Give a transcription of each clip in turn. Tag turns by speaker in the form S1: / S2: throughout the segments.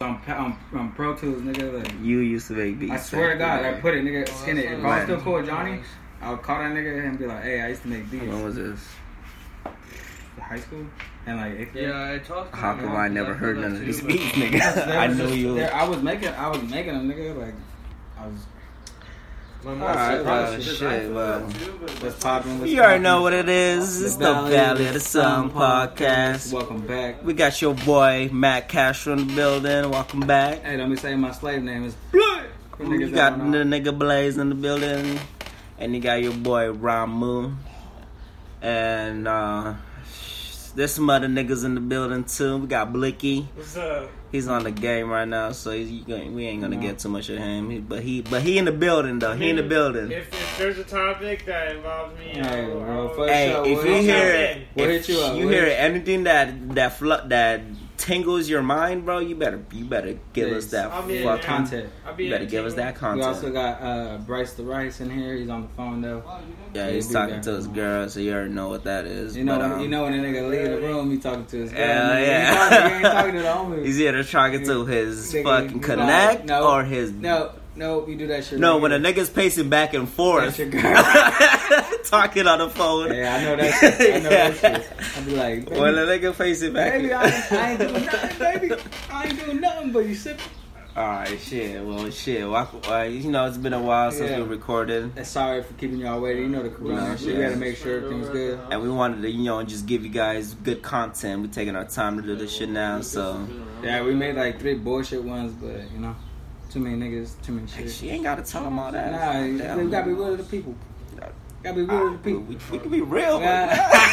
S1: I'm, I'm, I'm Pro Tools, nigga. Like,
S2: You used to make beats.
S1: I swear to God, I put it, nigga. Skin it. If I was
S2: Right.
S1: still cool with Johnny, I would call that nigga and be like, "Hey, I used to make beats
S2: When was this?
S1: in high school and like eighth grade."
S3: Yeah, I talked to
S2: How
S3: him,
S2: come
S3: man,
S2: I
S3: 'cause
S2: never
S3: feel
S2: heard
S3: that
S2: none of
S3: too,
S2: these
S3: but-
S2: beats, nigga?
S1: There
S2: I
S1: was
S2: knew
S1: just-
S2: you.
S1: there- I was making, I was making them, nigga. Like, I was Ah,
S3: My mom
S2: Alright,
S3: said
S2: well,
S3: that shit,
S2: shit,
S3: I feel
S2: well.
S3: that too, but-
S1: was popping. was
S2: You already
S1: popping.
S2: know what it is. It's the Valley of the Sun podcast.
S1: Welcome back.
S2: We got your boy Matt Castro in the building. Welcome back.
S1: Hey, let me say my slave name is Blood. For
S2: You
S1: niggas that
S2: got
S1: don't
S2: the
S1: know.
S2: nigga Blaze in the building, and you got your boy Ramu, and uh, there's some other niggas in the building too. We got Blicky.
S3: What's up?
S2: He's on the game right now, so he's, you gonna, we ain't gonna
S1: No.
S2: get too much of him. He, but he, but he in the building though. He in the building.
S3: If, if there's a topic that involves me,
S1: Hey,
S3: I'll,
S1: bro,
S3: I'll-
S1: fuck
S2: Hey,
S1: Sure,
S2: if
S1: we'll
S2: you
S1: hit
S2: hear
S3: you
S2: it,
S3: up.
S1: We'll
S2: if
S1: hit you up,
S2: you
S1: we'll
S2: hear
S1: hit-
S2: anything that that flu- that tingles your mind, bro, you better you better give us
S1: Please.
S2: that
S3: I'll be in
S2: fucking.
S3: there.
S1: content.
S3: I'll be
S2: You better give us that
S1: We also
S2: content.
S1: got uh, Bryce the Rice in here. He's on the phone though.
S2: Yeah, he's
S1: we do
S2: talking
S1: that.
S2: to his girl, so you already know what that is.
S1: You know,
S2: but, um,
S1: you know when a nigga leave the room, he talking to his girl.
S2: Hell
S1: He
S2: yeah.
S1: talking- He ain't talking to the homies.
S2: He's either talking to his
S1: Nigga,
S2: fucking
S1: you know,
S2: connect
S1: no,
S2: or his
S1: No, no, we do that shit.
S2: No,
S1: right
S2: when a
S1: here.
S2: nigga's pacing back and forth,
S1: That's your girl.
S2: talking on the phone.
S1: Yeah, I know that shit. I know that shit. I be like, baby,
S2: When a nigga pacing back.
S1: baby, I, ain't- I ain't doing nothing, baby. I ain't doing nothing but you sip.
S2: All right, shit. Well, shit. Well, I- uh, you know, it's been a while since
S1: Yeah.
S2: we recorded,
S1: Uh, Sorry for keeping y'all waiting. You know the corona.
S2: No,
S1: shit. We
S2: yeah.
S1: gotta make sure everything's good.
S2: and we wanted to, you know, just give you guys good content. We're taking our time to do this shit now, so
S1: Yeah, we made like three bullshit ones, but you know, too many niggas, too many
S2: Hey,
S1: shit.
S2: she ain't gotta tell them all that.
S1: Nah, you
S2: Damn.
S1: we gotta be real to the people. Gotta be real to the
S2: We,
S1: people.
S2: we, we can be real.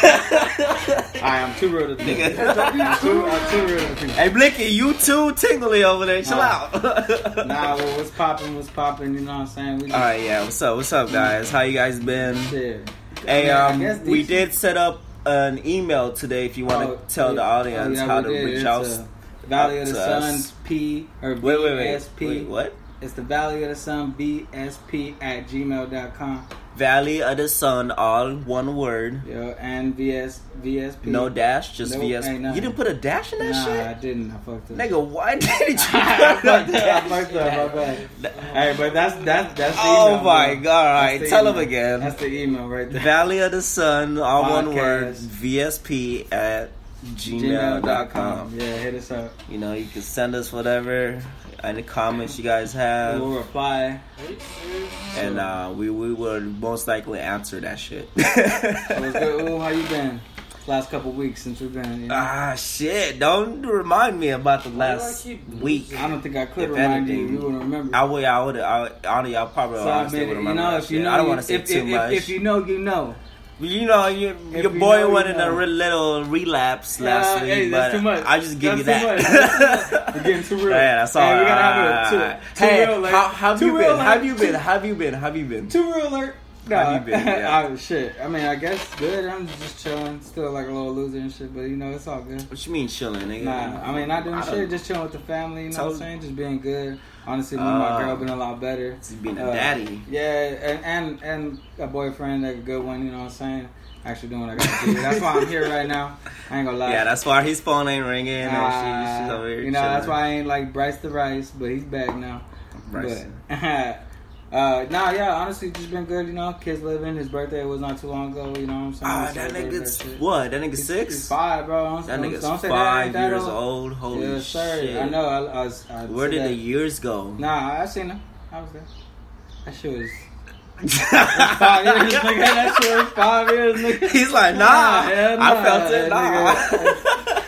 S1: I am too real to the people.
S2: Nigga.
S1: I'm too, I'm too real to the people.
S2: hey, Blicky, you too tingly over there. Chill
S1: Nah.
S2: out.
S1: Nah, well, what's popping? What's popping? You know what I'm saying? We just,
S2: All right, yeah. What's up? What's up, guys? How you guys been?
S1: shit.
S2: Hey,
S1: Yeah, I guess
S2: um,
S1: these-
S2: we did set up an email today. If you want to
S1: Oh,
S2: tell the
S1: yeah.
S2: audience
S1: Oh, yeah,
S2: how
S1: we
S2: to
S1: did.
S2: reach
S1: It's,
S2: out.
S1: uh, Valley of the
S2: out to us.
S1: Suns P or
S2: wait, wait, wait.
S1: BSP.
S2: Wait, what?
S1: It's the Valley of the Sun BSP at gmail.com.
S2: Valley of the Sun, all one word,
S1: Yo, and VS, VSP.
S2: no dash, just
S1: Nope,
S2: VS.
S1: ain't
S2: You
S1: nothing.
S2: didn't put a dash in that
S1: Nah, I
S2: shit,
S1: didn't. I fucked up.
S2: nigga. Why did you
S1: I
S2: put
S1: fucked
S2: a
S1: up. I
S2: dash?
S1: fucked up. My bad. Hey, but that's that's that's. The
S2: Oh
S1: email,
S2: my
S1: bro.
S2: god! All
S1: That's
S2: right,
S1: the
S2: tell
S1: email.
S2: them again.
S1: That's the email right there.
S2: Valley of the Sun, all one
S1: Podcast.
S2: word, VSP at gmail.com.
S1: Gmail.com. Yeah, hit us up.
S2: You know, you can send us whatever, any comments you guys have.
S1: We'll reply.
S2: and uh, we we would most likely answer that shit.
S1: What's good? Ooh, how you been? Last couple weeks since we've been. You know?
S2: ah, shit! Don't remind me about the last
S3: keep losing?
S2: week.
S1: I don't think I could
S2: If
S1: remind
S2: anything,
S1: you. You wouldn't remember.
S2: I would, I would, I would, I would, I probably
S1: so I
S2: honestly
S1: mean,
S2: would
S1: you
S2: remember
S1: know,
S2: that
S1: if you
S2: shit.
S1: know,
S2: I don't
S1: you-
S2: want to say
S1: if,
S2: too
S1: if,
S2: much.
S1: If, if you know, you know.
S2: you know, you,
S1: if
S2: your
S1: you
S2: boy
S1: know, you
S2: went in a
S1: know.
S2: re- little relapse last
S1: Nah,
S2: week,
S1: hey,
S2: but
S1: that's too much.
S2: I just give you
S1: That's
S2: that.
S1: too much. That's too much. We're getting too real.
S2: Man, that's all.
S1: Hey, we gotta have a-
S2: right.
S1: too- too
S2: Hey,
S1: real, like-
S2: how, how have
S1: too
S2: you
S1: real,
S2: been?
S1: like-
S2: How have you been? How have you been? How have you been?
S1: Too real alert. No,
S2: How you been? Yeah.
S1: I, Oh, shit. I mean, I guess good. I'm just chilling. Still like a little loser and shit, but you know, it's all good.
S2: What you mean chilling, nigga?
S1: Nah, I mean, not doing
S2: don't-
S1: shit. Just chilling with the family. You know what
S2: Totally.
S1: I'm saying? Just being good. Honestly, me
S2: Uh,
S1: and my girl been a lot better.
S2: being a
S1: Uh,
S2: daddy.
S1: Yeah, and and and a boyfriend, like a good one. You know what I'm saying? Actually doing what I gotta do. That's why I'm here right now. I ain't gonna lie.
S2: Yeah, that's why his phone ain't ringing. and she, she's
S1: Uh,
S2: over here
S1: you know, that's
S2: chilling.
S1: why I ain't like Bryce the Rice, but he's back now.
S2: Bryce.
S1: But, Uh, nah, yeah, honestly, just been good, you know. Kids living. His birthday was not too long ago, you know what I'm saying?
S2: Ah,
S1: We
S2: that
S1: celebrated
S2: nigga's
S1: shit.
S2: what? That nigga
S1: He's- He's
S2: six?
S1: five, bro. Don't,
S2: That
S1: don't-
S2: nigga's
S1: don't say that,
S2: five
S1: ain't that
S2: years
S1: old.
S2: old. Holy
S1: yes, sir.
S2: shit!
S1: I know. I, I, was- I
S2: Where
S1: said
S2: did
S1: that.
S2: the years go?
S1: Nah, I seen him. I was there. That shit was five years, nigga. That shit was five years, nigga.
S2: He's like, nah,
S1: Nah, hell
S2: I felt it,
S1: nah,
S2: nah.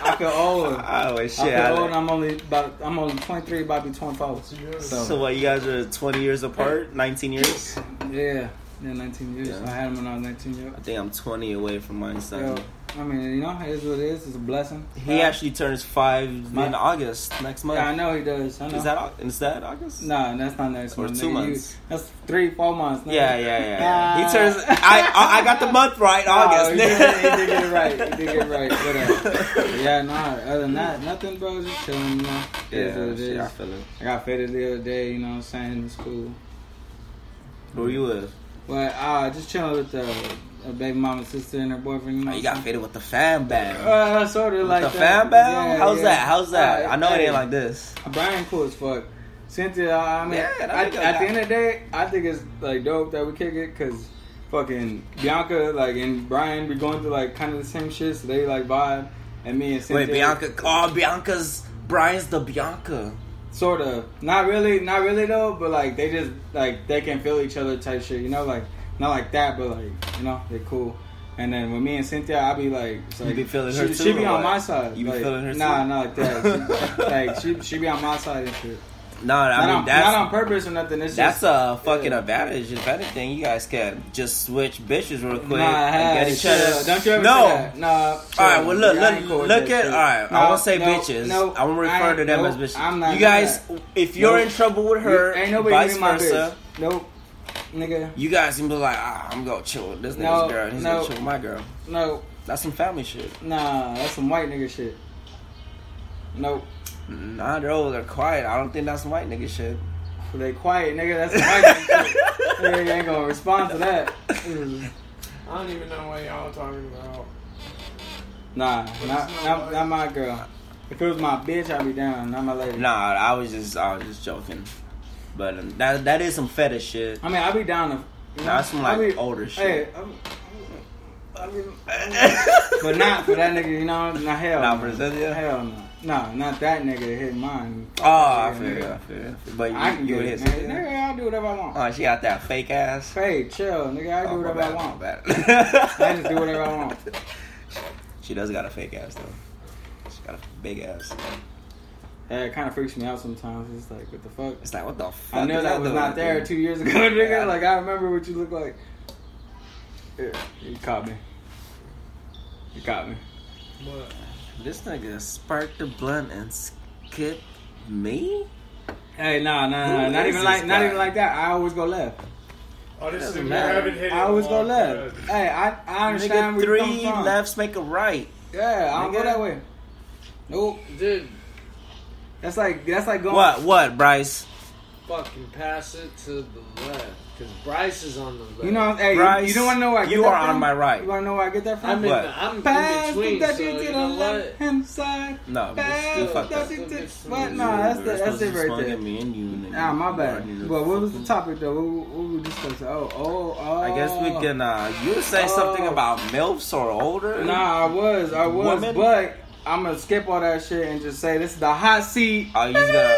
S1: I feel old.
S2: oh
S1: I
S2: shit!
S1: feel
S2: I
S1: old. and I'm only about. I'm only 23, about to be 24. So,
S2: so what? You guys are 20 years apart, 19 years.
S1: yeah, yeah, 19 years.
S2: Yeah.
S1: I had him when I was 19 years.
S2: I think I'm 20 away from mine.
S1: Yo,
S2: son.
S1: I mean, you know, it is what it is. It's a blessing.
S2: He
S1: Uh,
S2: actually turns five
S1: My-
S2: in August next month.
S1: Yeah, I know he does. I know.
S2: Is that Au- is that August?
S1: Nah, that's not next
S2: Or
S1: month.
S2: two
S1: nigga. You-
S2: months.
S1: that's three, four months. nigga.
S2: Yeah, yeah, yeah. yeah.
S1: Ah.
S2: he turns. I, I I got the month right.
S1: Oh,
S2: August.
S1: he, did, he did get it right. He did get it right. Whatever. yeah, nah. Other than that, nothing, bro. Just chilling. You know. It is what
S2: Yeah,
S1: it
S2: shit, I
S1: is.
S2: feel it.
S1: I got faded the other day. You know what I'm saying? It's cool.
S2: Who are you with?
S1: But uh, just chilling with the uh, baby mama, sister, and her boyfriend. You know.
S2: Oh, you
S1: what
S2: got
S1: I'm
S2: fitted with the
S1: saying?
S2: fan band.
S1: Uh, sort of
S2: With
S1: like
S2: the
S1: that.
S2: fan band?
S1: Yeah,
S2: How's
S1: yeah.
S2: that? How's that?
S1: Uh,
S2: I know it
S1: hey.
S2: ain't like this.
S1: Brian cool as fuck. Cynthia, uh, I mean,
S2: Yeah, that
S1: I-
S2: nigga
S1: at
S2: got-
S1: the end of the day, I think it's like dope that we kick it because fucking Bianca, like, and Brian, we going through like kind of the same shit, so they like vibe. And me and Cynthia,
S2: Wait, Bianca. Oh, Bianca's Brian's the Bianca.
S1: sort of, not really, not really though, but like they just like they can feel each other type shit, you know, like not like that, but like you know, they cool. And then with me and Cynthia, I be like, it's
S2: You
S1: like,
S2: be feeling
S1: she,
S2: her
S1: She
S2: too,
S1: be
S2: or
S1: on
S2: what?
S1: my side.
S2: You be
S1: like,
S2: feeling her
S1: Nah,
S2: too?
S1: nah, like that. She- like she, she be on my side and shit.
S2: No, I
S1: not,
S2: mean
S1: on,
S2: that's
S1: not on purpose or nothing. It's
S2: that's
S1: just,
S2: a fucking
S1: Yeah.
S2: advantage. If anything, you guys can just switch bitches real quick
S1: Nah, hey,
S2: and get each other.
S1: chill. Don't you ever
S2: no.
S1: say that. No.
S2: All right. Well, look,
S1: I ain't
S2: look,
S1: cool with
S2: look
S1: that
S2: at.
S1: shit.
S2: All right. I
S1: No,
S2: won't say
S1: no,
S2: bitches.
S1: No,
S2: I won't
S1: I
S2: refer
S1: ain't-
S2: to them
S1: no,
S2: as bitches.
S1: I'm not.
S2: you
S1: doing
S2: guys,
S1: that.
S2: if you're
S1: Nope.
S2: in trouble with her,
S1: ain't nobody
S2: vice
S1: in my
S2: versa,
S1: bitch. Nope, nigga.
S2: you guys can be like, ah, I'm gonna chill with this nigga's
S1: No,
S2: girl. and He's
S1: no.
S2: gonna chill with my girl.
S1: No,
S2: That's some family shit.
S1: nah, that's some white nigga shit. Nope,
S2: Nah, bro, they're quiet. I don't think that's some white nigga shit.
S1: they quiet, nigga. That's some white nigga shit. Nigga, you ain't gonna respond to that.
S3: I don't even know what y'all talking about.
S1: Nah, not, not, not my girl. If it was my bitch, I'd be down. Not my lady.
S2: Nah, I was just, I was just joking. But um, that, that is some fetish shit.
S1: I mean, I'd be down to. you
S2: Nah, that's some,
S1: I
S2: like,
S1: be-
S2: older
S1: Hey,
S2: shit.
S1: I'm- But not for that nigga, you know? Nah, hell.
S2: Nah,
S1: no.
S2: for Cynthia?
S1: Hell no. No, not that nigga that hit mine.
S2: Oh, I
S1: Yeah,
S2: feel you, I
S1: nigga.
S2: feel you. But you,
S1: I can
S2: you
S1: do
S2: would
S1: it.
S2: hit
S1: Nigga,
S2: something.
S1: nigga, I'll do whatever I want.
S2: Oh, she got that fake ass.
S1: Hey, chill, nigga. I do
S2: Oh, my
S1: whatever
S2: bad,
S1: I
S2: my
S1: want.
S2: bad.
S1: I just do whatever I want.
S2: She does got a fake ass though. She got a big ass.
S1: Yeah, it kind of freaks me out sometimes. It's like, what the fuck?
S2: It's like what the fuck?
S1: I knew
S2: is
S1: that was
S2: doing
S1: not
S2: to
S1: there
S2: you?
S1: two years ago, nigga.
S2: Yeah.
S1: Like, I remember what you look like. Yeah, you caught me. You caught me.
S3: But
S2: This nigga sparked the blunt and skipped me.
S1: Hey, nah, nah, nah.
S2: Who
S1: Not
S2: is
S1: even
S2: this
S1: like, not
S2: guy?
S1: even like that. I always go left.
S3: oh, this is
S2: Doesn't
S3: you
S2: matter.
S3: haven't hit it.
S1: I always go
S3: long,
S1: left.
S3: good.
S1: Hey, I, I understand
S2: Nigga,
S1: where you come
S2: three
S1: from.
S2: lefts make a right.
S1: Yeah, I don't
S2: Nigga.
S1: go that way. Nope.
S4: Dude,
S1: That's like that's like going.
S2: What? What, Bryce?
S4: fucking pass it to the left. Because Bryce is on the left.
S1: You know, hey, you-
S2: Bryce,
S1: you don't want to know where I get
S2: you
S1: that
S2: are on
S1: from?
S2: my right.
S1: You want to know where I get that from?
S4: I'm in,
S2: What?
S4: the, I'm
S1: Pass
S4: in between.
S1: the
S4: So,
S1: W
S4: you
S1: to the
S4: know
S1: left
S4: what?
S1: hand side.
S2: No, but
S1: Pass
S2: still fuck
S1: the
S2: that.
S1: W to-
S4: That's
S1: What?
S4: the-
S1: Nah, that's the
S2: We're
S1: that's
S2: supposed
S1: it
S2: to
S1: right
S2: swing
S1: there.
S2: at Me and you, nigga.
S1: Ah, my
S2: You
S1: bad.
S2: know,
S1: But what was the
S2: fucking-
S1: topic though? What, what were we discussing? Oh, oh, oh.
S2: I guess we can. uh You say something
S1: Oh.
S2: about milfs or older.
S1: Nah, I was, I was,
S2: Woman?
S1: but I'm gonna skip all that shit and just say this is the hot seat.
S2: Oh, you just gonna-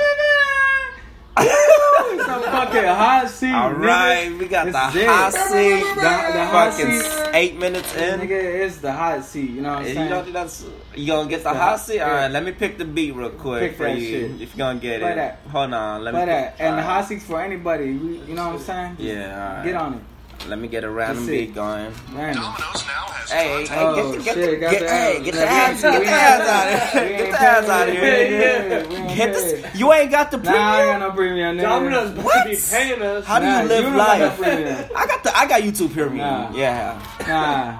S1: It's a fucking hot seat.
S2: All
S1: nigga.
S2: right, we got
S1: It's
S2: the
S1: dead.
S2: hot seat.
S1: The- the hot
S2: fucking
S1: seat.
S2: eight minutes in.
S1: Nigga, it's the hot seat. You know what I'm
S2: You
S1: saying?
S2: don't think that's you gonna get the
S1: Yeah.
S2: hot seat? All
S1: Yeah.
S2: right, let me pick the beat real quick
S1: Pick
S2: for
S1: that
S2: you.
S1: shit.
S2: If you gonna get
S1: Play
S2: it,
S1: that.
S2: hold on. Let
S1: Play
S2: me
S1: that.
S2: pick-
S1: uh, And the
S2: all right.
S1: hot seat's for anybody. We, you know what I'm saying? Just
S2: Yeah, all right.
S1: Get on it.
S2: Let me get a random
S1: That's it.
S2: beat going.
S1: Random.
S2: Hey, hey,
S1: Oh,
S2: get the, get
S1: shit,
S2: the,
S1: got
S2: get,
S1: the
S2: hey,
S1: ass.
S2: get
S1: We
S2: the ass,
S1: ain't
S2: get the ass out of
S1: We
S2: here,
S1: ain't
S2: get the ass
S1: paid.
S2: out of
S1: We ain't
S2: here.
S1: paid. We ain't
S2: Get
S1: paid.
S2: this. You ain't got the
S1: Nah, I ain't got
S2: premium.
S1: no premium. nigga.
S4: Domino's supposed
S2: What?
S4: to be paying us.
S2: How do
S1: Nah,
S2: you
S1: you
S2: live
S1: don't got no
S2: life?
S1: premium.
S2: I got the, I got YouTube premium.
S1: Nah.
S2: Yeah.
S1: Nah.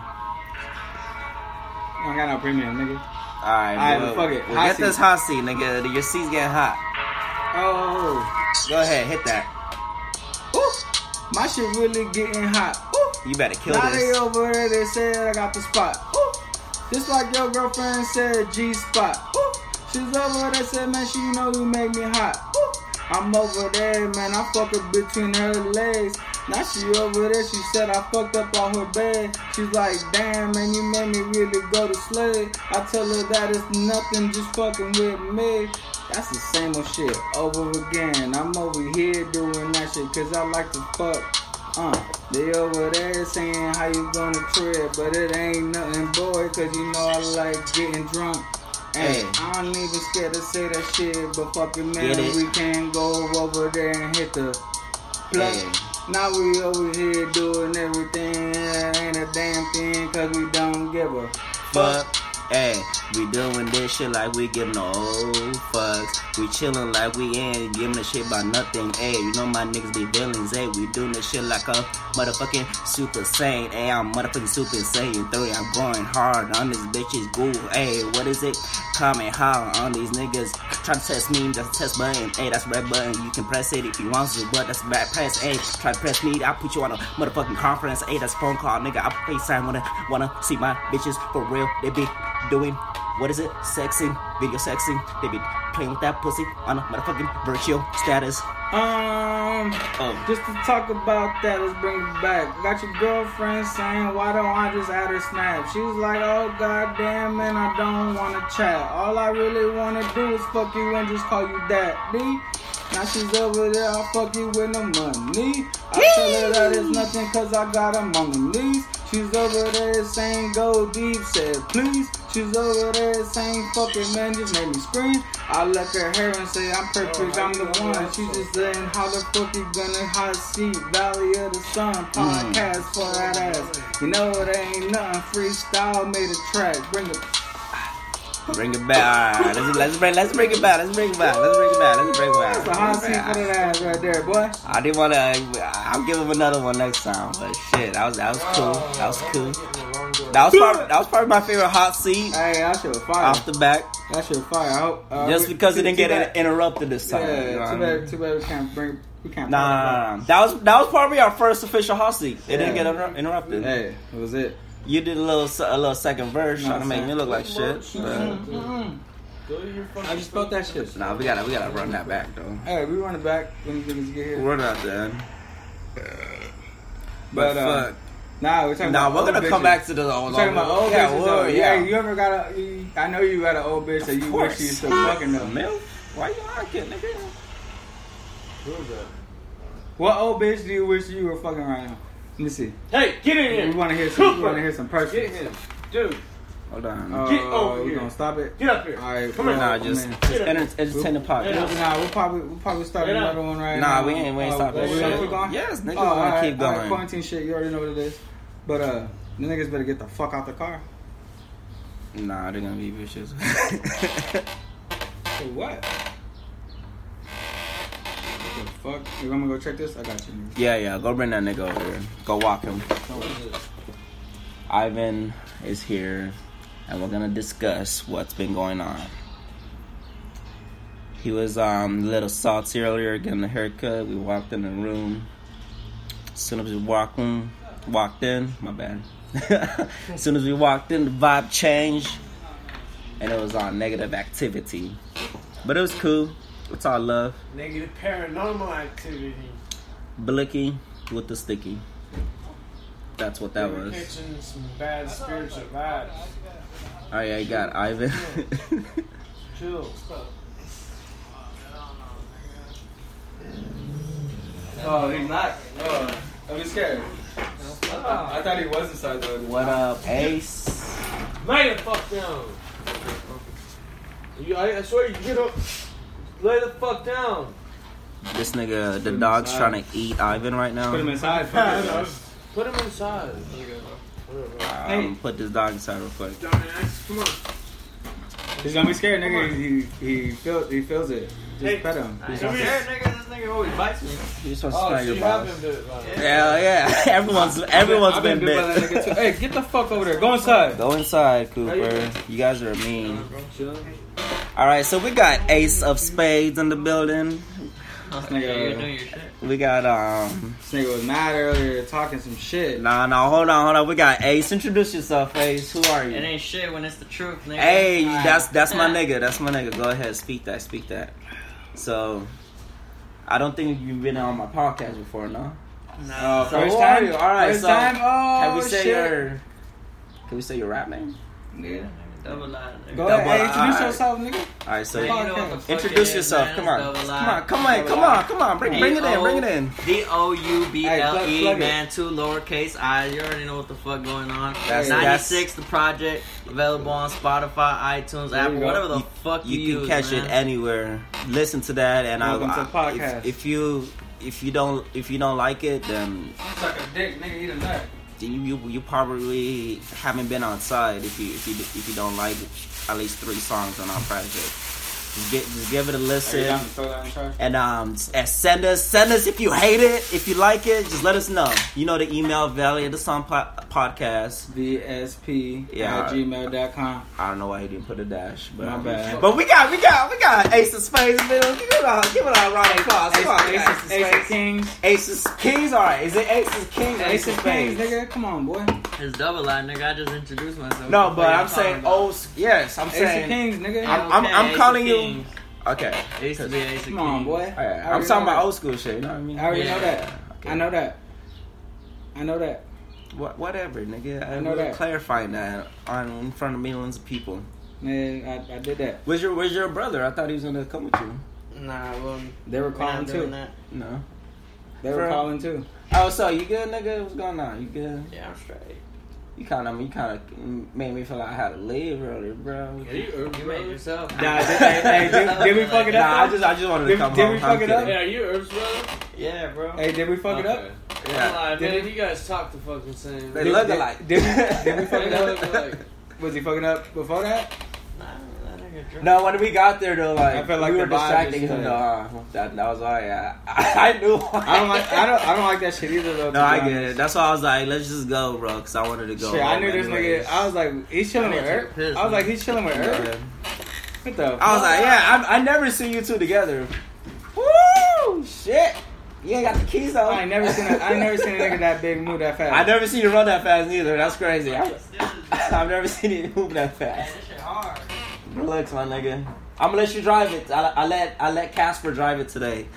S1: I don't got no premium, nigga.
S2: All right.
S1: All right,
S2: well,
S1: fuck it.
S2: Well,
S1: Hot
S2: get this
S1: seat.
S2: hot seat, nigga. Your seat's getting hot.
S1: Oh,
S2: Go ahead, hit that.
S1: my shit really getting hot. Ooh.
S2: You better kill
S1: Now they
S2: this.
S1: over there, they said I got the spot. Ooh. Just like your girlfriend said, G spot. Ooh. She's over there, said, man, she know you make me hot. Ooh. I'm over there, man. I fuck her between her legs. Now she over there. She said I fucked up on her bed. She's like, damn, man, you made me really go to slay. I tell her that it's nothing, just fucking with me. That's the same old shit over again. I'm over here doing that shit because I like to fuck. Uh, they over there saying how you gonna trip, but it ain't nothing, boy, cause you know I like getting drunk. Hey,
S2: Hey.
S1: I ain't even scared to say that shit, but fucking
S2: Get
S1: man,
S2: it.
S1: we can go over there and hit the plug.
S2: Hey.
S1: Now we over here doing everything, that ain't a damn thing, cause we don't give a
S2: fuck. Hey, we doing this shit like we give no old fucks. We chillin' like we ain't giving a shit about nothing. Hey, you know my niggas be villains. Hey, we doing this shit like a motherfucking super saint. Hey, I'm motherfucking super saiyan 3. I'm going hard on this bitch's goo. Hey, what is it? Comment how on these niggas. Try to test me, that's a test button. Hey, that's red button. You can press it if you want to, but that's bad press. Hey, try to press me, I'll put you on a motherfucking conference. Hey, that's a phone call, nigga. I'll FaceTime wanna wanna see my bitches for real. They be doing what is it? Sexing, video sexing. They be playing with that pussy on a motherfucking virtual status.
S1: Um,
S2: Oh.
S1: just to talk about that, let's bring it back. Got your girlfriend saying, Why don't I just add her snap? She was like, Oh, goddamn, man, I don't wanna chat. All I really wanna do is fuck you and just call you daddy. Now she's over there, I'll fuck you with no money. I tell her that it's nothing cause I got 'em on the knees. She's over there saying go deep, said please. She's over there saying fucking man, just made me scream. I look at her and say I'm perfect, I'm the one. She just saying how the fuck you gonna hot seat Valley of the Sun
S2: Mm.
S1: podcast for that ass. You know it ain't nothing freestyle made a track. Bring it.
S2: Bring it back. Alright, let's, let's bring let's bring it back. Let's bring it back. Let's bring it back. Let's bring it back.
S1: That's a hot seat for that ass right there, boy.
S2: I didn't wanna. I'll give him another one next time. But shit, that was that was cool. That was cool. That was probably that was probably my favorite hot seat
S1: Hey, I should fire.
S2: off the back,
S1: That should fire. I hope. Uh,
S2: just
S1: we-
S2: because it
S1: too-
S2: didn't
S1: too
S2: get
S1: bad-
S2: in- interrupted this time.
S1: Yeah,
S2: you know what I
S1: too
S2: mean?
S1: bad. Too bad we can't bring. We can't.
S2: Nah, nah, nah, nah. That was that was probably our first official hot seat. It didn't
S1: Yeah.
S2: get inter- interrupted.
S1: Hey, that was it.
S2: You did a little se- a little second verse
S1: No,
S2: trying to make me look like shit. But,
S4: Go to your fucking.
S1: I just felt that shit.
S2: Mm-hmm. nah, we gotta we gotta run that back though.
S1: Hey, we run it back when you niggas get here.
S2: We're not done. But,
S1: But, uh,
S2: fuck.
S1: Nah, we're talking.
S2: Nah,
S1: about
S2: we're
S1: old
S2: gonna come
S1: bitches.
S2: back to the old.
S1: We're talking about old
S2: yeah,
S1: bitches.
S2: we're-
S1: though.
S2: yeah.
S1: Hey, you ever got a? you- I know you got an old bitch that you wish you still fucking
S2: A
S1: though.
S2: milk? Why you arguing, nigga?
S4: Prove that.
S1: What old bitch do you wish you were fucking right now? Let me see.
S4: Hey, get in here.
S1: We want to hear some. We
S4: Cooper.
S1: want to hear some
S4: Get
S1: personal.
S4: him. Dude,
S2: Hold on.
S1: Uh,
S4: Get over
S1: we
S4: here.
S1: gonna stop it.
S4: get up here.
S1: All right,
S4: Come
S1: well,
S4: here.
S2: nah, just,
S1: man.
S2: just enter, entertain the podcast.
S1: Nah, we'll probably we'll probably start
S4: Get up.
S1: another one right now.
S2: Nah, we ain't we ain't
S1: Oh,
S2: stopping
S1: we
S4: that
S1: gonna
S4: shit.
S1: keep going?
S2: Yes, niggas
S1: Oh,
S2: wanna
S1: alright,
S2: keep
S1: alright,
S2: going.
S1: quarantine shit, you already know what it is. But uh, the niggas better get the fuck out the car.
S2: Nah, they're gonna be vicious.
S1: Say what? The fuck? You want me to go check this? I got you. Niggas.
S2: yeah, yeah, go bring that nigga over here. Go walk him. Ivan is here, and we're gonna discuss what's been going on. He was um, a little salty earlier, getting a haircut. We walked in the room. As soon as we walked in, walked in, my bad. as soon as we walked in, the vibe changed, and it was on negative activity. But it was cool. It's all love.
S4: Negative paranormal activity.
S2: Blicky with the sticky. That's what that
S4: We were
S2: was.
S4: Catching some bad spiritual vibes.
S2: All right, I got Ivan.
S4: Chill.
S1: Oh, he's not. Oh, I'm scared.
S4: Ah,
S1: I thought he was inside though.
S2: what up, Ace?
S4: Lay the fuck down. You, I, I swear you get up. Lay the fuck down.
S2: This nigga, the dog's trying to eat Ivan right
S1: Put him
S2: now.
S1: inside.
S4: Put him inside.
S2: Um, put this dog inside real quick.
S3: Dumbass, come on.
S1: He's gonna be scared, nigga. He he, he feels he feels it. Just
S3: Hey.
S1: pet him. He's
S3: Come
S1: gonna-
S3: here, nigga. This nigga always bites me.
S2: You just want to
S4: Oh,
S2: smell
S4: so
S2: your
S4: you have
S2: balls.
S4: him do it. Right?
S2: Hell yeah! Everyone's everyone's
S1: I've
S2: been
S1: bit by that nigga too.
S2: bit.
S1: Hey, get the fuck over there. Go inside.
S2: Go inside, Cooper. You guys are mean. All right, so we got Ace of Spades in the building.
S1: nigga-
S5: you doing your shit.
S2: We got um.
S1: This nigga was mad earlier, talking some shit.
S2: Nah, nah. Hold on, hold on. We got Ace. Introduce yourself, Ace. Who are
S5: It
S2: you?
S5: ain't shit when it's the truth, nigga.
S1: Uh,
S2: Hey, that's that's my nigga. That's my nigga. Go ahead, speak that, speak that. So, I don't think you've been on my podcast before, no?
S1: No.
S2: So who are you? All
S1: Uh,
S2: right,
S1: First
S2: so
S1: time. Oh
S2: Can we say
S1: shit.
S2: your Can we say your rap name?
S1: Yeah.
S2: Oh.
S5: Double line. nigga.
S1: Go
S2: Double
S1: ahead. Hey,
S2: eye.
S1: introduce yourself, nigga.
S2: All right, so
S5: Man, you know what the fuck
S2: introduce
S5: it is,
S2: yourself.
S5: man.
S2: Come
S5: It's
S2: on. Come on,
S5: double line.
S2: come on, come on, come on. Bring, bring it in, bring it in.
S5: D O U B L
S1: Hey, plug- plug
S5: E
S1: it.
S5: man, two lowercase i. You already know what the fuck going on.
S2: That's-
S5: ninety six. The project available on Spotify, iTunes, Apple,
S1: you go.
S5: whatever the
S2: You-
S5: fuck you,
S2: you, can
S5: use,
S2: catch it
S5: man.
S2: anywhere. Listen to that, and I,
S1: Welcome to the
S2: I-
S1: podcast.
S2: if, if you if you don't if you don't like it, then
S1: Suck a dick, nigga. Eat a nut.
S2: you you, you probably haven't been outside. If you if you if you don't like at least three songs on our project, just, get, just give it a listen.
S1: Hey, I'm gonna throw that in the trash.
S2: And um, s- and send us, send us if you hate it, if you like it, just let us know. You know the email, Valley of the Sun po- Podcast.
S1: VSP
S2: Yeah.
S1: at gmail.com.
S2: I don't know why he didn't put a dash, but
S1: My bad.
S2: But we got, we got, we got Ace of Spades. man. Give it a, give it a round of applause.
S1: Ace,
S2: Come on,
S1: Ace,
S2: guys.
S1: Ace of Kings.
S2: Aces Kings, alright. Is it Aces Kings? or
S1: Ace of Kings,
S2: Spades?
S1: nigga. Come on, boy.
S5: It's double line, nigga. I just introduced myself.
S2: No,
S5: What the
S2: but
S5: fuck
S2: I'm
S5: y'all
S2: saying
S5: talking
S2: oh s- yes, I'm
S1: Ace of
S2: saying
S1: Kings, nigga.
S2: I'm-
S5: about?
S2: I'm- I'm
S5: Ace of
S2: calling you-
S5: Kings.
S2: okay.
S5: It used to be Ace of
S1: Come on,
S5: Kings.
S1: boy. I
S2: Alright, I'm
S1: already
S2: talking
S1: know
S2: about
S1: that.
S2: old school shit. You know what I mean?
S1: I already
S5: Yeah.
S1: know that.
S2: Okay.
S1: I know that. I know that.
S2: Wha- whatever, nigga. I,
S1: I know
S2: we're
S1: that.
S2: clarifying that on in front of millions of people.
S1: Man, I, I did that.
S2: Where's your Where's your brother? I thought he was gonna come with you.
S4: Nah, well,
S1: They were
S4: we're not
S1: calling
S4: doing
S1: too.
S4: that.
S2: No.
S1: They were
S2: Bro.
S1: calling too.
S2: Oh, so you good, nigga? What's going on? You good?
S4: Yeah, I'm straight.
S2: You kind of, you kind of made me feel like I had to leave earlier, bro.
S4: Yeah, you herb,
S5: You
S4: bro.
S5: made yourself.
S1: Nah, did, hey, hey, did, did we fuck it up?
S2: Nah, I
S1: though?
S2: just, I just wanted to
S1: Did-
S2: come
S1: did
S2: home.
S1: we
S2: I'm
S1: fuck it up?
S2: kidding.
S4: Yeah, you herbs, brother.
S5: Yeah, bro.
S1: hey, did we fuck it up?
S4: Okay.
S2: Yeah.
S4: I'm like,
S1: Did
S4: man,
S1: it-
S4: you guys talk the fucking same.
S2: They
S1: Did-
S2: look
S1: did-
S2: alike.
S1: Did, we- did we fuck
S4: They
S1: it
S4: look
S1: up?
S4: like
S1: Was he fucking up before that?
S5: Nah, that nigga drunk.
S2: No, when we got there though, like,
S1: I felt like
S2: we were
S1: the vibe
S2: distracting
S1: just
S2: him. Though,
S1: like-
S2: huh? uh, that, that was all. Yeah, I, I knew.
S1: I don't like. I don't. I don't like that shit either. Though. to
S2: No,
S1: be
S2: I get
S1: honest.
S2: it. That's why I was like, let's just go, bro, because I wanted to go.
S1: Shit, I
S2: home
S1: knew this
S2: anyways.
S1: nigga. I was like, he's chilling
S5: I
S1: with
S5: need to
S1: her.
S5: piss,
S1: I was like,
S5: man.
S1: he's chilling with her. What the?
S2: I was
S1: fuck?
S2: like, yeah, I, I never see you two together. Woo, shit. You ain't got the keys though.
S1: I ain't never seen. A, I ain't never seen a nigga that big move that fast.
S2: I never seen you run that fast neither. That's crazy. I,
S5: Hey,
S2: I've never seen you move that fast.
S5: this shit hard.
S2: Relax, my nigga. I'm gonna let you drive it. I, I let I let Casper drive it today.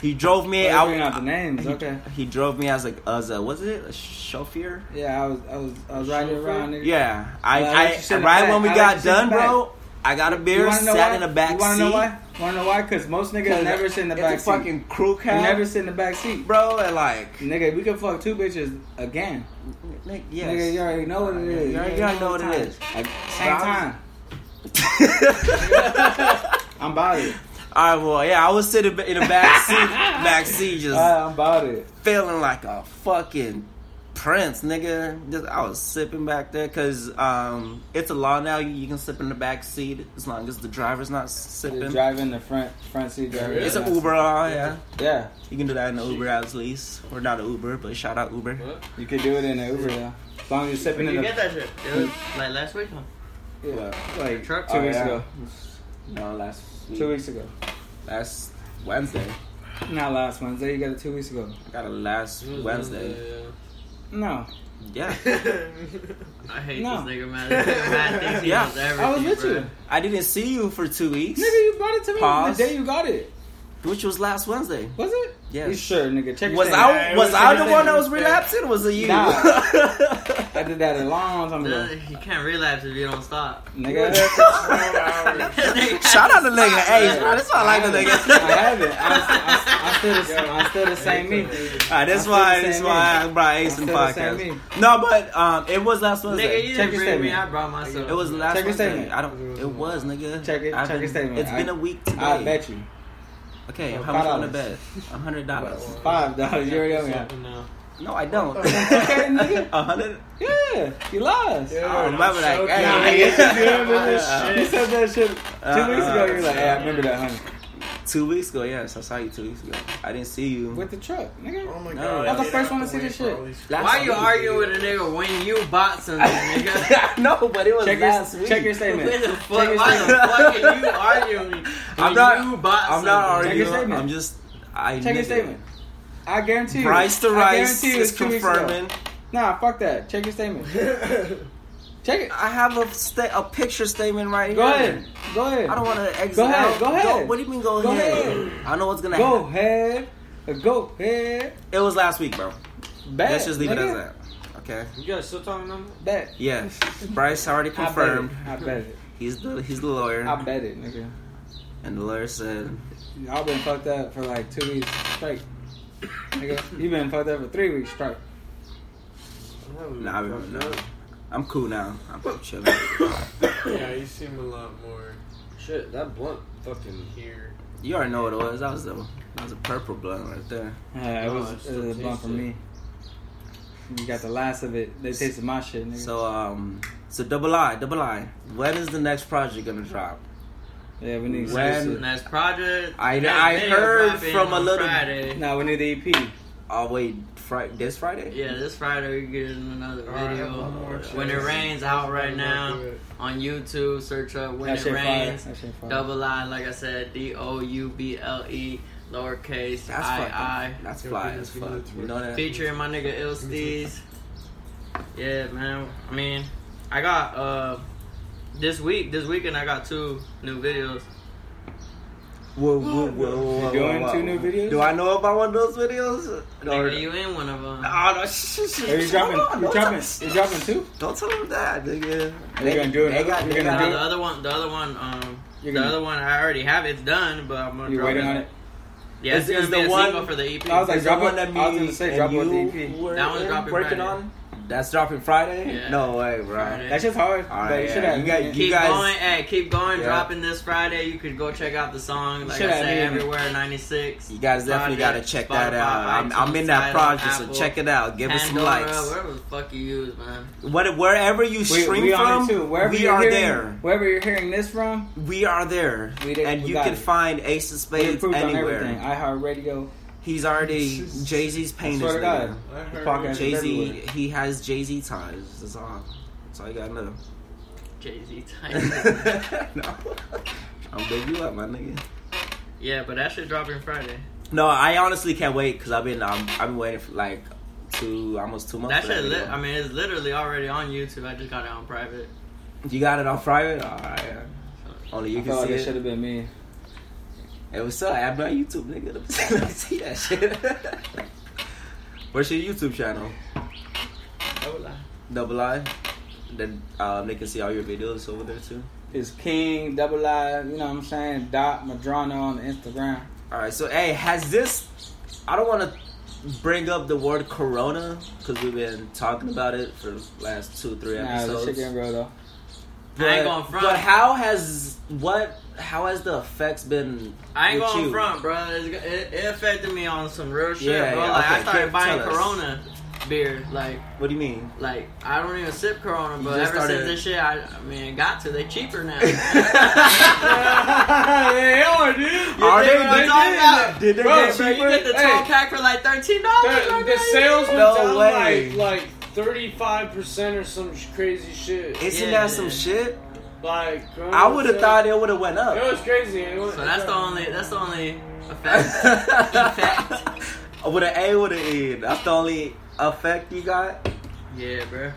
S2: He drove me.
S1: Yeah,
S2: I,
S1: I out the names.
S2: he,
S1: Okay.
S2: He drove me as a as a was it a chauffeur?
S1: Yeah, I was. I was. I was riding around. Nigga.
S2: Yeah.
S1: Well, I
S2: I,
S1: like to
S2: I,
S1: sit in the
S2: right
S1: back.
S2: when we
S1: I like to
S2: got
S1: sit in
S2: done,
S1: the back.
S2: bro, I got a
S1: You
S2: beer,
S1: wanna know
S2: sat
S1: why?
S2: in the back
S1: You
S2: seat.
S1: wanna know why? Wanna know why? Cause most niggas never sit in the
S2: it's
S1: back
S2: a fucking crew
S1: seat.
S2: cab,
S1: You never sit in the back seat,
S2: bro, and like,
S1: nigga. We can fuck two bitches again.
S2: nigga, yes.
S1: Nigga, you already know what it is.
S2: You already, you already know what it is.
S1: Like, same time. I'm about it.
S2: All right, well, yeah, I was sitting in the back seat, back seat, just
S1: I'm about it.
S2: feeling like a fucking prince, nigga. Just, I was sipping back there because um, it's a law now. You, you can sip in the back seat as long as the driver's not
S1: Just
S2: sipping.
S1: driving the front front seat driver.
S4: Really?
S2: It's an Uber, uh, yeah.
S1: Yeah,
S2: You can do that in the Uber at least, or not an Uber, but shout out Uber.
S4: What?
S1: you could do it in an Uber. Yeah. As long as you're sipping
S5: When
S1: in
S5: you
S1: the
S5: get that shit? It was like last week. huh?
S1: yeah, like two
S5: Truck?
S1: weeks
S5: Oh,
S2: yeah.
S1: ago.
S2: No, last week,
S1: Two weeks ago.
S2: last Wednesday.
S1: Not last Wednesday. You got it two weeks ago.
S2: I got a last
S4: It was
S2: Wednesday.
S1: No,
S2: Yeah,
S4: Wednesday,
S5: I hate
S1: No.
S5: this nigga, man. This nigga mad thinks he
S2: Yeah.
S5: knows everything.
S1: I was with
S5: bro.
S1: you,
S2: I didn't see you for two weeks,
S1: nigga. You brought it to me
S2: Pause.
S1: the day you got it.
S2: which was last Wednesday.
S1: Was it?
S2: Yes.
S1: You sure, nigga? Check your
S2: Was
S1: thing.
S2: I was
S1: check
S2: I
S1: your
S2: the one
S1: thing.
S2: that was relapsing? or Was it you?
S1: Nah. I did that a long time ago,
S5: This- You can't relapse if you don't stop.
S1: nigga.
S2: Shout out to nigga Ace, bro. That's why I like the
S1: I
S2: nigga.
S1: haven't. I, I, I still the, I still the same me.
S2: Alright, that's
S1: I'm
S2: why
S1: still the
S2: that's
S1: same
S2: why
S1: me.
S2: I brought Ace
S1: I'm
S2: in the
S1: still the same me.
S2: podcast. No, but um, it was last
S5: Nigga,
S2: Wednesday.
S1: Check
S5: you didn't
S1: your
S5: bring me.
S1: statement.
S5: I brought myself.
S2: It was last
S1: Check your
S2: Wednesday.
S1: statement.
S2: I don't. It was nigga.
S1: Check it-
S2: I've
S1: check your
S2: been-
S1: statement.
S2: It's been
S1: I-
S2: a week today.
S1: I bet you
S2: Okay,
S1: Well,
S2: how much you want to bet?
S1: $5.
S2: A hundred dollars.
S1: five dollars. You already owe me. that.
S2: No, I don't.
S1: Okay, nigga.
S2: A hundred. Oh,
S1: Yeah, you lost.
S4: Yeah.
S2: I don't remember that.
S4: Okay.
S2: Hey,
S4: Yeah.
S1: You said that shit two
S2: Uh,
S1: weeks ago. You were like,
S2: uh,
S1: "Hey, I remember that, honey."
S2: Two weeks ago, yes, I saw you two weeks ago. I didn't see you.
S1: With the truck,
S4: Oh
S1: nigga.
S4: my
S2: No,
S4: god.
S2: I'm
S1: the
S4: I
S1: first one to
S4: can't
S1: see this
S4: wait for
S1: shit.
S4: all these-
S2: Last
S5: Why you
S2: week.
S5: arguing with a nigga when you bought something, nigga?
S2: no, but it was
S1: Check
S2: last
S1: your
S2: week.
S1: check your
S5: Where
S1: statement.
S5: the fuck?
S1: your
S5: Why the
S2: statement.
S5: fuck are you arguing? when
S2: I'm not-
S5: You bought
S2: I'm
S5: something?
S2: not
S1: Check your
S2: arguing.
S1: statement.
S2: I'm just. I
S1: Check your
S2: nigga.
S1: statement. I guarantee you.
S2: Price to
S1: I
S2: rice
S1: guarantee you
S2: is
S1: it's two weeks ago.
S2: confirming.
S1: Nah, fuck that. Check your statement. Check it.
S2: I have a sta- a picture statement right
S1: Go
S2: here.
S1: ahead. Go ahead.
S2: I don't want to exit
S1: Go ahead,
S2: out.
S1: go ahead.
S2: what do you mean go,
S1: Go
S2: ahead?
S1: ahead.
S2: I know what's gonna
S1: Go
S2: happen.
S1: ahead. Uh, Go ahead.
S2: It was last week, bro.
S1: Back.
S2: Let's just leave it as
S1: nigga.
S2: that. Okay.
S4: You guys still talking number?
S1: Back.
S2: Yeah. Bryce already
S1: I bet it.
S2: confirmed.
S1: I bet it.
S2: He's the he's the lawyer,
S1: I bet it, nigga.
S2: and the lawyer said,
S1: Y'all been fucked up for like two weeks straight. Nigga, you been fucked up for three weeks straight.
S2: "Nah, we don't know. I'm cool now. I'm chilling."
S3: Yeah, you seem a lot more.
S4: Shit, that blunt fucking here.
S2: you already know what it was. That was a that was a purple blunt right there.
S1: Uh, it
S4: No,
S1: was,
S4: it
S1: it
S4: still
S1: was a bump for
S4: tasted.
S1: me. You got the last of it. They tasted my shit, nigga.
S2: So um, so double I, double I. When is the next project gonna drop?
S1: yeah, we need
S2: when-
S1: exclusive.
S5: Next project.
S2: I-
S5: next
S2: I
S5: video
S2: heard
S5: dropping
S2: from a
S5: on
S2: little-
S5: Friday.
S1: Nah, we need the E EP.
S2: Oh wait, Fri this Friday?
S5: Yeah, this Friday we getting another
S4: Alright,
S5: video.
S4: one more
S5: when it
S4: chance.
S5: rains out right now on YouTube, search up when
S1: that
S5: it
S1: shit fire.
S5: rains.
S1: That shit fire.
S5: Double I, like I said, D O U B L E, lowercase
S2: That's
S5: I
S2: fucking.
S5: I.
S2: That's fly as fuck. You know that?
S5: featuring my nigga Ill Steez. Yeah, man. I mean, I got uh this week, this weekend I got two new videos.
S2: Whoa, whoa, whoa, whoa, whoa, whoa,
S1: doing
S2: whoa.
S1: two new videos?
S2: Do I know about one of those videos? Or-
S5: Nigga, you in one of them?
S2: Oh, no, shh, shh, shh.
S1: Are you dropping?
S2: Hold on,
S1: You
S2: don't
S1: dropping?
S2: tell-
S1: You dropping two?
S2: Don't tell them that,
S1: You
S2: nigga.
S1: gonna do it?
S2: They got,
S1: You
S2: they
S1: gonna
S5: No,
S2: got,
S1: do
S5: the other one, the other one, um,
S1: You're
S5: the
S1: gonna-
S5: other one I already have. It's done, but I'm gonna.
S1: You
S5: drop
S1: waiting on it?
S5: Yeah,
S2: Is-
S5: it's, gonna
S2: is
S5: be
S2: the
S5: a
S2: one-
S5: single for the EP.
S1: I was like,
S2: Is
S1: drop
S2: the
S1: it-
S2: one that me
S1: I was gonna say,
S2: and
S1: drop it
S2: you
S1: with the EP.
S2: were
S5: That one's
S2: in
S5: dropping
S2: working
S5: Friday.
S2: on. That's dropping Friday.
S5: Yeah.
S2: No way, bro.
S5: Friday.
S1: That shit's hard.
S2: All
S1: but
S2: right,
S1: you should
S2: yeah,
S1: have.
S2: you got- you
S5: Keep
S2: guys-
S5: going, hey, keep going.
S2: Yeah.
S5: Dropping this Friday. You could go check out the song. Like
S1: Shit,
S5: I
S1: I
S5: say,
S1: mean-
S5: everywhere '96.
S2: You guys definitely gotta
S5: Project,
S2: check that
S5: Spotify,
S2: out. I'm, I'm
S5: iTunes,
S2: in that
S5: Tidal,
S2: project, so
S5: Apple,
S2: check it out. Give us some
S5: Pandora,
S2: likes.
S5: Whatever the fuck you use, man.
S2: What, wherever you stream
S1: we on
S2: from,
S1: it too. Wherever
S2: we
S1: you're
S2: are
S1: hearing,
S2: there.
S1: Wherever you're hearing this from,
S2: We are there,
S1: We did-
S2: and
S1: we
S2: you
S1: got
S2: can
S1: it.
S2: find Ace of
S1: we
S2: Spades
S1: improved on everything.
S2: anywhere.
S1: iHeartRadio.
S2: He's already Jay Z's
S1: I
S2: painting.
S1: swear to God,
S3: I
S1: the
S3: heard
S1: podcast
S2: Jay
S1: is
S2: Z,
S1: everywhere.
S2: he has Jay Z ties. That's all. That's all you gotta know.
S5: Jay Z type.
S2: no, I'm big you up, my nigga.
S5: yeah, but that shit dropping Friday.
S2: No, I honestly can't wait because I've been um, I've been waiting for like two almost two months.
S5: That
S2: for that
S5: shit, li-
S2: video.
S5: I mean, it's literally already on YouTube. I just got it on private.
S2: you got it on private. All right. Only you
S1: I
S2: can
S1: feel like
S2: see
S1: it
S2: it.
S1: should have been me.
S2: Hey, what's up? I'm on YouTube, nigga. Let me see- Let me see that shit. What's your YouTube channel? Double I. Then um, they can see all your videos over there too.
S1: It's King Double I. You know what I'm saying? Dot Madrano on Instagram.
S2: All right, so hey, has this? I don't want to bring up the word corona because we've been talking about it for the last two, three
S1: Nah, the
S2: episodes.
S1: chicken real though.
S5: I ain't going front.
S2: But how has what? How has the effects been?
S5: I ain't
S2: with
S5: going
S2: you?
S5: front, bro. It's, it, it affected me on some real shit,
S2: Yeah,
S5: bro.
S2: yeah,
S5: Like I
S2: okay,
S5: started
S2: keep-
S5: buying
S2: tell us.
S5: Corona beer, like
S2: What do you mean?
S5: like I don't even sip Corona,
S2: You
S5: but ever
S2: just started-
S5: since this shit, I, I mean, it got to they cheaper now.
S1: they are, dude.
S2: Are
S5: think
S2: they?
S5: what I'm
S2: Did
S5: talking about?
S2: they? Did they
S3: Bro,
S2: get
S5: Bro, you
S2: cheaper?
S5: get the
S3: Hey.
S5: tall pack for like thirteen dollars.
S3: The, the sales went
S2: No
S3: down
S2: way.
S3: like like thirty five percent or some sh- crazy shit.
S2: Isn't
S5: Yeah.
S2: that some shit?
S3: like
S2: I would have
S3: Corona
S2: thought it would have went
S3: sales-
S2: up.
S3: it was crazy. It went-
S5: So that's the only that's the only effect. Effect.
S2: with an A, with an E. That's the only effect you got.
S5: yeah, bro.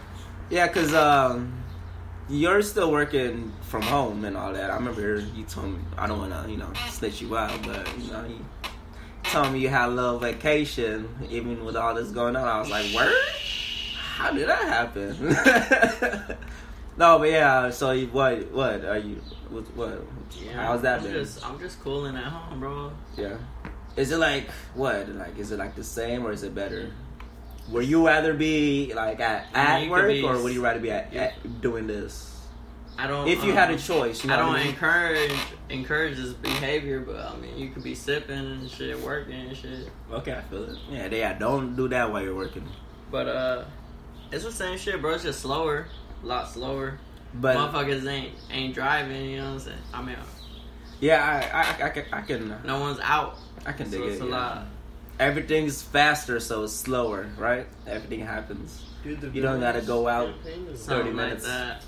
S2: Yeah, cause um, you're still working from home and all that. I remember you told me I don't wanna you know snitch you out, but you know you told me you had a little vacation even with all this going on. I was like, word, how did that happen? no, but yeah. So you, what? What are you? What? what
S5: Yeah,
S2: how's that
S5: I'm
S2: been?
S5: Just, I'm just cooling at home, bro.
S2: Yeah. Is it like what? Like is it like the same or is it better? Would you rather be like at,
S5: you
S2: at
S5: could
S2: work
S5: be-
S2: or would you rather be at,
S5: Yeah.
S2: at doing this?
S5: I don't.
S2: If you
S5: um,
S2: had a choice, you know
S5: I don't
S2: what I mean?
S5: encourage encourage this behavior, but I mean you could be sipping and shit, working and shit.
S2: Okay, I feel it. Yeah, they yeah, don't do that while you're working.
S5: But uh, it's the same shit, bro. It's just slower, a lot slower.
S2: But
S5: Motherfuckers ain't ain't driving. You know what I'm saying? I mean,
S2: yeah, I, I, I can I can
S5: no one's out,
S2: I can dig
S5: so it's
S2: it.
S5: a
S2: yeah.
S5: lot.
S2: Everything's faster, so it's slower, right? Everything happens.
S4: Dude, the
S2: You don't gotta go out.
S5: Something
S2: 30
S5: like
S2: minutes.
S5: that.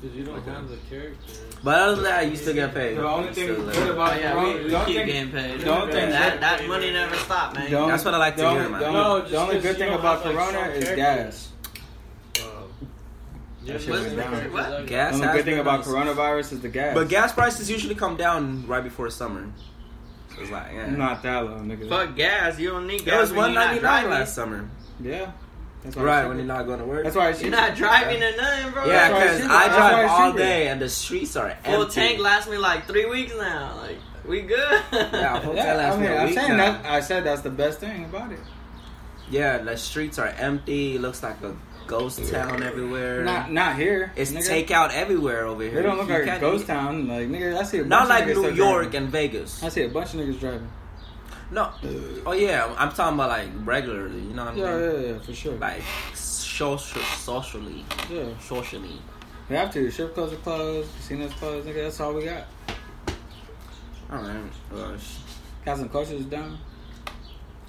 S4: Because you don't have the character. um,
S2: But other than that, you still get paid. uh,
S1: The only
S2: You
S1: thing
S2: still
S1: good
S2: live.
S1: about
S5: Oh yeah, we, we
S1: Don't
S5: keep
S1: think-
S5: getting paid.
S1: don't think-
S5: that that money never stopped, man.
S1: Don't-
S2: That's what I like to
S1: the
S2: hear,
S1: only-
S2: man.
S1: The
S3: No,
S1: only,
S3: just
S1: the only
S3: 'cause
S1: good
S3: you
S1: thing
S3: don't
S1: about
S3: have, like,
S1: Corona
S3: strong
S1: is
S3: characters.
S1: gas.
S4: Uh, Just
S3: shit went
S4: listen
S3: down.
S4: to what?
S2: Gas
S1: Only
S2: has
S1: good thing
S2: been
S1: about
S2: nice.
S1: coronavirus is the gas.
S2: But gas prices usually come down right before summer. So it's like, yeah.
S1: not that low, nigga.
S5: Fuck gas. You don't need gas.
S2: It was
S5: when
S2: one
S5: you're not
S2: ninety nine
S5: driving.
S2: last summer.
S1: Yeah. That's why
S2: Right
S1: it's
S2: when you're
S1: cheaper.
S2: not going to work.
S1: That's why it's
S5: You're
S1: cheaper.
S5: not driving or nothing, bro.
S2: Yeah,
S1: That's why it's
S2: because
S1: cheaper.
S2: I
S1: That's why
S2: drive
S1: it's
S2: all
S1: cheaper.
S2: day and the streets are empty.
S5: Full tank lasts me like three weeks now. Like we good.
S2: Yeah, full tank
S1: Yeah, I
S2: lasts me
S1: mean,
S2: a
S1: I'm
S2: week
S1: saying
S2: now.
S1: that. I said that's the best thing about it.
S2: Yeah, the streets are empty. It looks like a ghost town everywhere.
S1: Not not here.
S2: it's
S1: nigga.
S2: takeout everywhere over here.
S1: They don't look
S2: You
S1: like a
S2: can't
S1: ghost
S2: eat-
S1: town. Like nigga, I see a bunch
S2: Not
S1: of
S2: like
S1: niggas
S2: New
S1: still
S2: York
S1: driving.
S2: and Vegas.
S1: I see a bunch of niggas driving.
S2: No.
S1: Uh.
S2: Oh yeah, I'm talking about like regularly. You know what I mean?
S1: Yeah, yeah, yeah, for sure.
S2: Like social, socially,
S1: Yeah,
S2: socially.
S1: we have to. Strip clubs are closed. Casinos closed. Nigga, that's all we got.
S2: All right. Well, sh-
S1: Cats and cultures down.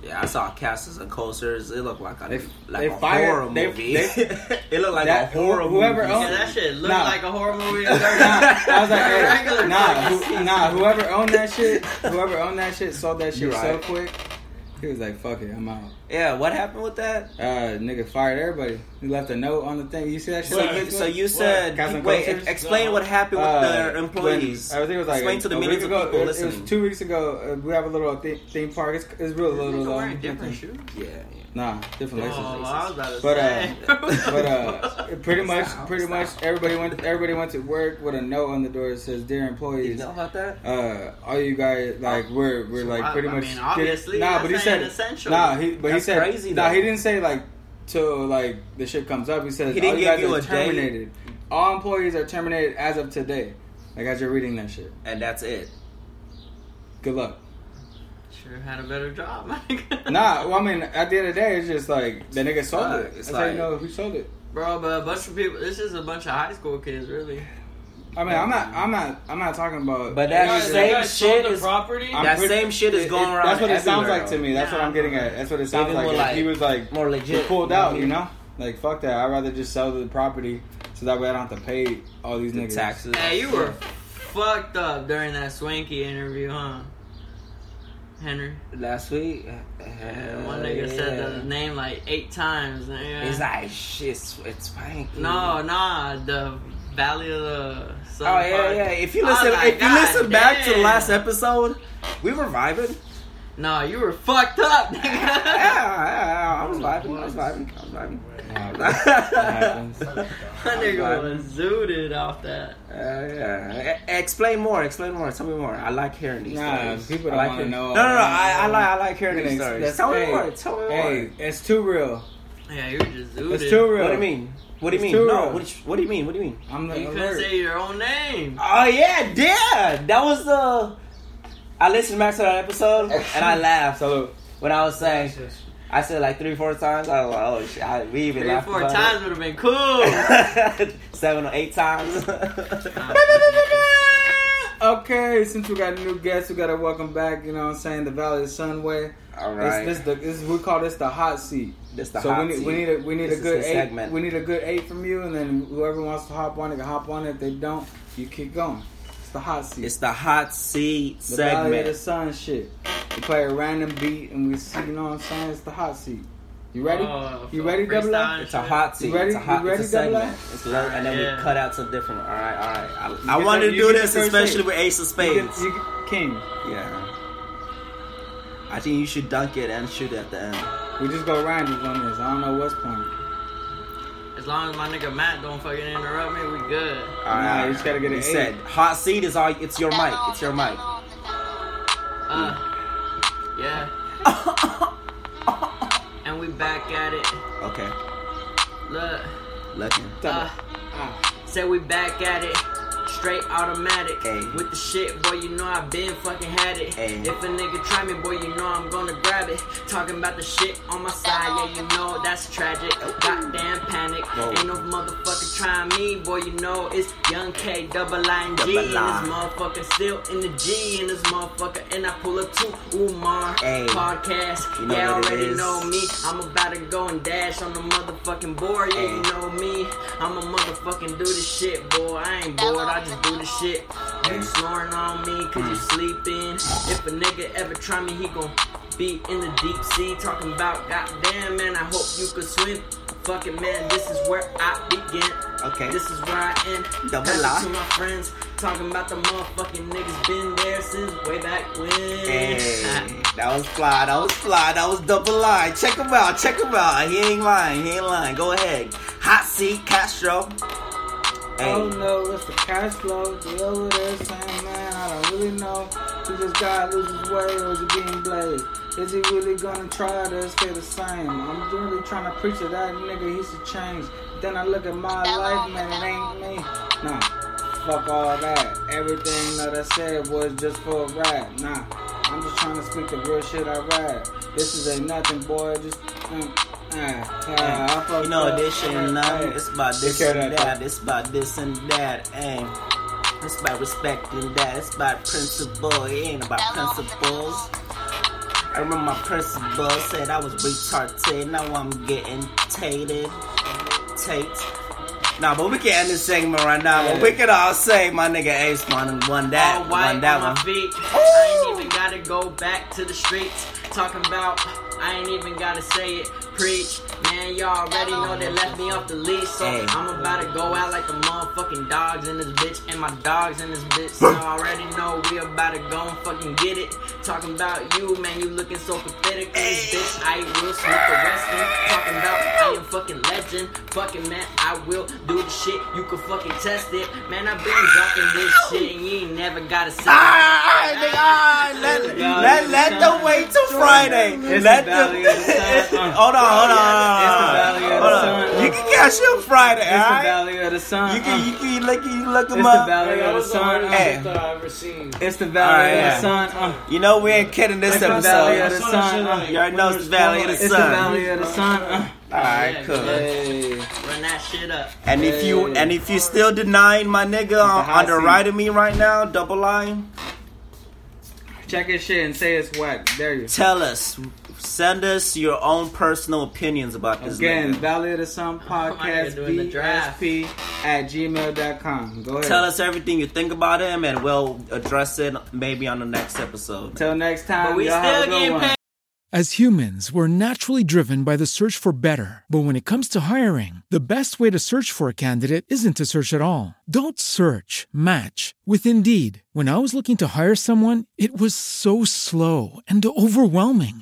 S2: yeah, I saw casters and coasters. It looked like a
S1: They-
S2: like
S1: they
S2: a
S1: fired-
S2: horror
S1: they-
S2: movie.
S1: they-
S2: it looked like
S1: that-
S2: a horror
S1: whoever
S2: movie.
S1: owns-
S5: Yeah, that shit looked
S1: Nah.
S5: like a horror movie.
S1: Nah, I was like, hey,
S5: Regular
S1: nah,
S5: fucking
S1: who, nah. Whoever owned that shit, whoever owned that shit, sold that shit
S2: You're
S1: so
S2: right.
S1: quick. He was like, "Fuck it, I'm out."
S2: Yeah, what happened with that?
S1: Uh, nigga fired everybody. He left a note on the thing. You see that shit?
S2: So
S1: on
S2: you,
S1: Facebook?
S2: so you said
S1: Cats and
S2: wait,
S1: cultures?
S2: explain what happened with
S1: Uh,
S2: the employees.
S1: when- I think it was like
S2: explain to the
S1: a
S2: millions
S1: week
S2: of
S1: ago,
S2: people
S1: it, It
S2: listening.
S1: was two weeks ago. Uh, we have a little theme, theme park. It's, it's real little. um, though.
S5: wearing different shoes.
S2: yeah, yeah.
S1: Nah, different laces.
S5: Oh, I was about to
S1: But,
S5: say.
S1: But uh, it pretty much,
S2: Stop,
S1: pretty
S2: stop.
S1: much, everybody went. Everybody went to work with a note on the door that says, "Dear
S2: You
S1: employees,
S2: know about that?
S1: uh, all you guys like we're we're like
S5: I-
S1: pretty
S5: I
S1: much
S5: mean, obviously,
S1: nah,
S5: that's
S1: but he
S5: an
S1: said
S5: essential.
S1: nah, he but
S2: That's
S1: he said
S2: crazy,
S1: nah,
S2: though.
S1: he didn't say like till like the shit comes up. He says
S2: He didn't
S1: all you
S2: give
S1: guys
S2: you
S1: are
S2: a day?
S1: terminated. All employees are terminated as of today. Like as you're reading that shit.
S2: And that's it.
S1: Good luck.
S5: Sure had a better job, Mike.
S1: Nah, well, I mean, at the end of the day, it's just like the nigga sold
S2: Uh,
S1: it.
S2: it's
S1: That's how you
S2: like-
S1: know who sold it.
S5: bro, but a bunch of people. This is a bunch of high school kids, really.
S1: I mean, I'm not, I'm not, I'm not talking about.
S2: But that
S4: Guys, that guy
S2: same
S4: sold
S2: shit
S4: the
S2: is
S4: property.
S1: I'm
S2: that
S1: pretty-
S2: same shit is
S1: it-
S2: going
S1: it-
S2: around.
S1: That's what it sounds
S2: everywhere,
S1: like to me. That's what I'm getting at. That's what it sounds
S2: Even
S1: like.
S2: more
S1: If
S2: like-
S1: he was like
S2: more legit.
S1: pulled out, you know? Like fuck that. I'd rather just sell the property so that way I don't have to pay all these
S2: The
S1: niggas.
S2: taxes.
S5: Hey, you were fucked up during that Swanky interview, huh, Henry?
S2: last week.
S1: Uh,
S5: And one nigga said the name like eight times. nigga.
S2: He's like, shit, it's, it's fine.
S5: no, nah, the Valley of the. Sun
S2: Oh yeah,
S5: Park.
S2: yeah. If you
S5: I was
S2: listen,
S5: like,
S2: if you
S5: "God
S2: listen back to
S5: damn."
S2: last episode, we were vibing.
S5: Nah, you were fucked up, nigga.
S2: Yeah, yeah, yeah, I was vibing. I was vibing. I was vibing.
S1: Yeah, but happens.
S2: yeah,
S5: My nigga was zooted off that.
S2: yeah. E- Explain more. Explain more. Tell me more. I like hearing these
S1: Nah,
S2: stories.
S1: people
S2: I
S1: don't
S2: like
S1: wanna
S2: hearing-
S1: know
S2: No, no, no.
S1: all
S2: I, I
S1: that.
S2: like I like hearing these
S1: Niggas-
S2: stories.
S1: that's-
S2: Tell me
S1: hey,
S2: more. Tell me
S1: Hey,
S2: more.
S1: it's too real.
S5: Yeah, you were just zooted.
S1: It's too real.
S2: What do you mean? What do you
S1: It's
S2: mean?
S1: too
S2: No.
S1: real.
S2: What do you, what do you mean? What do you mean?
S1: I'm like
S5: You couldn't
S1: alert.
S5: say your own name.
S2: Oh yeah, yeah. That was the. I listened back to that episode and I laughed
S1: Salute.
S2: when I was saying. I said like three, four times. I was like, oh shit, I, we even
S5: Three or
S2: laughed
S5: four
S2: about
S5: times would have been cool.
S2: it. Seven or eight times.
S1: Okay, since we got a new guest, we gotta welcome back. You know what I'm saying? The Valley of Sunway.
S2: All
S1: This,
S2: right,
S1: this, the, this, we call this the hot seat.
S2: This the
S1: so
S2: hot
S1: we need,
S2: seat.
S1: we need a we need a
S2: This is
S1: good
S2: his
S1: eight.
S2: segment.
S1: We need a good eight from you, and then whoever wants to hop on it can hop on it. If they don't, you keep going. It's the hot seat.
S2: It's the hot seat
S1: the Valley of the Sun
S2: segment.
S1: shit. We play a random beat and we see, you know what I'm saying? It's the hot seat. You ready?
S5: Oh,
S1: you ready, double
S5: freestyle.
S1: A?
S2: It's a hot seat.
S1: You ready?
S2: It's a hot
S1: You ready,
S2: it's a segment.
S1: Double
S2: It's lo- and then
S5: Yeah.
S2: we cut out some different. All right, all right. I, I
S1: get
S2: wanted
S1: the-
S2: to
S1: you
S2: do
S1: get
S2: this
S1: the first
S2: especially
S1: eight.
S2: with Ace of
S1: You
S2: Spades.
S1: can- you can- King.
S2: Yeah. I think you should dunk it and shoot at the end.
S1: We just go random on this. I don't know what's playing.
S5: As long as my nigga Matt don't fucking interrupt me, we good.
S1: Nah, you just gotta get an
S2: He
S1: eight.
S2: said, "Hot seat is all. It's your mic. It's your mic."
S5: Uh, yeah. and we back at it.
S2: Okay,
S5: Look,
S2: let him.
S5: uh,
S1: Ah.
S5: say we back at it. Straight automatic
S2: Ay.
S5: with the shit, boy. You know I been fucking had it.
S2: Ay.
S5: If a nigga try me, boy, you know I'm gonna grab it. Talking about the shit on my side, yeah, you know that's tragic. Goddamn panic.
S2: Whoa.
S5: Ain't no motherfucker trying me, boy. You know it's young K, double I and G
S2: Double
S5: in this
S2: I.
S5: motherfucker. Still in the G in this motherfucker, and I pull up to Umar
S2: Ay.
S5: podcast.
S2: You know
S5: yeah,
S2: what it
S5: already
S2: is.
S5: know me. I'm about to go and dash on the motherfucking board. Yeah, you
S2: Ay.
S5: know me. I'm a motherfucking do this shit, boy. I ain't bored, I just do this shit. You snoring on me, cause you
S2: Hmm.
S5: sleeping. If a nigga ever try me, he gon' be in the deep sea. Talking about, goddamn, man, I hope you could swim. Fuck it, man, this is where I begin.
S2: Okay.
S5: This is where I end.
S2: Double
S5: Pass it
S2: R.
S5: To my friends, talking about the motherfucking niggas been there since way back when.
S2: Hey, that was fly, that was fly, that was double line. Check him out, check him out. He ain't lying, he ain't lying. Go ahead. Hot seat, Castro. Hey,
S1: Oh no, it's the cash flow. They over there saying, man, I don't really know. He just gotta lose his way or is he getting blazed? Is he really gonna try to stay the same? I'm really trying to preach to that nigga, he should change. Then I look at my life, man, it ain't me. Nah, fuck all that. Everything that I said was just for a rap. Nah, I'm just trying to speak the real shit I rap. This is ain't nothing, boy. Just, mm, ah, ah, I fucked
S2: you know,
S1: up.
S2: this ain't
S1: Yeah,
S2: nothing.
S1: hey.
S2: It's about this
S1: Take care
S2: and
S1: of that,
S2: that. It's about this and that. Hey, it's about respecting that. It's about principle. It ain't about principles. I remember my principal said I was retarded. Now I'm getting tated. Tate. Nah, but we can end this segment right now. But we can all say my nigga Ace won, won that,
S5: All white
S2: won that
S5: on
S2: one.
S5: my feet. I ain't even gotta go back to the streets. Talking about, I ain't even gotta say it. Preach, man, y'all already know they left me off the leash. So
S2: Hey.
S5: I'm about to go out like the motherfucking dogs in this bitch and my dogs in this bitch. So I already know we about to go and fucking get it. Talking about you, man, you looking so pathetic in this bitch. I will smoke the western. Talking about I am fucking legend. Fucking man, I will do the shit. You can fucking test it. Man, I've been dropping this shit and you ain't never gotta say it.
S2: Ah, nigga, ah, let, let, let them wait till Friday. Let them. hold on, hold on.
S1: It's the value of
S2: hold
S1: the
S2: on.
S1: sun.
S2: You can catch him Friday, alright?
S1: Valley of the Sun.
S2: You can, you can you look, you look
S1: It's
S2: him
S1: the
S2: up.
S1: Valley
S4: Like, that
S1: of the
S4: was the
S1: Sun.
S4: hardest
S2: Hey.
S4: shit that I've ever seen.
S1: It's the Valley
S2: Alright,
S1: of
S2: yeah.
S1: the Sun. uh.
S2: You know we ain't kidding this
S1: It's the Valley of
S2: episode.
S1: the
S4: Some
S1: Sun.
S4: shit
S1: uh.
S4: like-
S2: You already know it's the Valley of the
S1: It's the Valley
S2: Sun.
S1: of the Sun. uh.
S2: Alright, cool.
S1: Hey.
S5: Run that shit up.
S2: And if you and if you still denying my nigga on, on the right of me right now, double line,
S1: Check his shit and say it's whack. There you
S2: tell us, send us your own personal opinions about this.
S1: Again,
S2: nigga.
S1: Valley of the Sun
S5: here
S1: podcast,
S5: doing the draft.
S1: VSP at gmail.com. Go ahead.
S2: Tell us everything you think about him, and we'll address it maybe on the next episode.
S1: Till next time,
S5: But we
S1: y'all have a
S5: still
S1: good
S5: getting
S1: one.
S5: paid.
S6: As humans, we're naturally driven by the search for better. But when it comes to hiring, the best way to search for a candidate isn't to search at all. Don't search, match with Indeed. When I was looking to hire someone, it was so slow and overwhelming.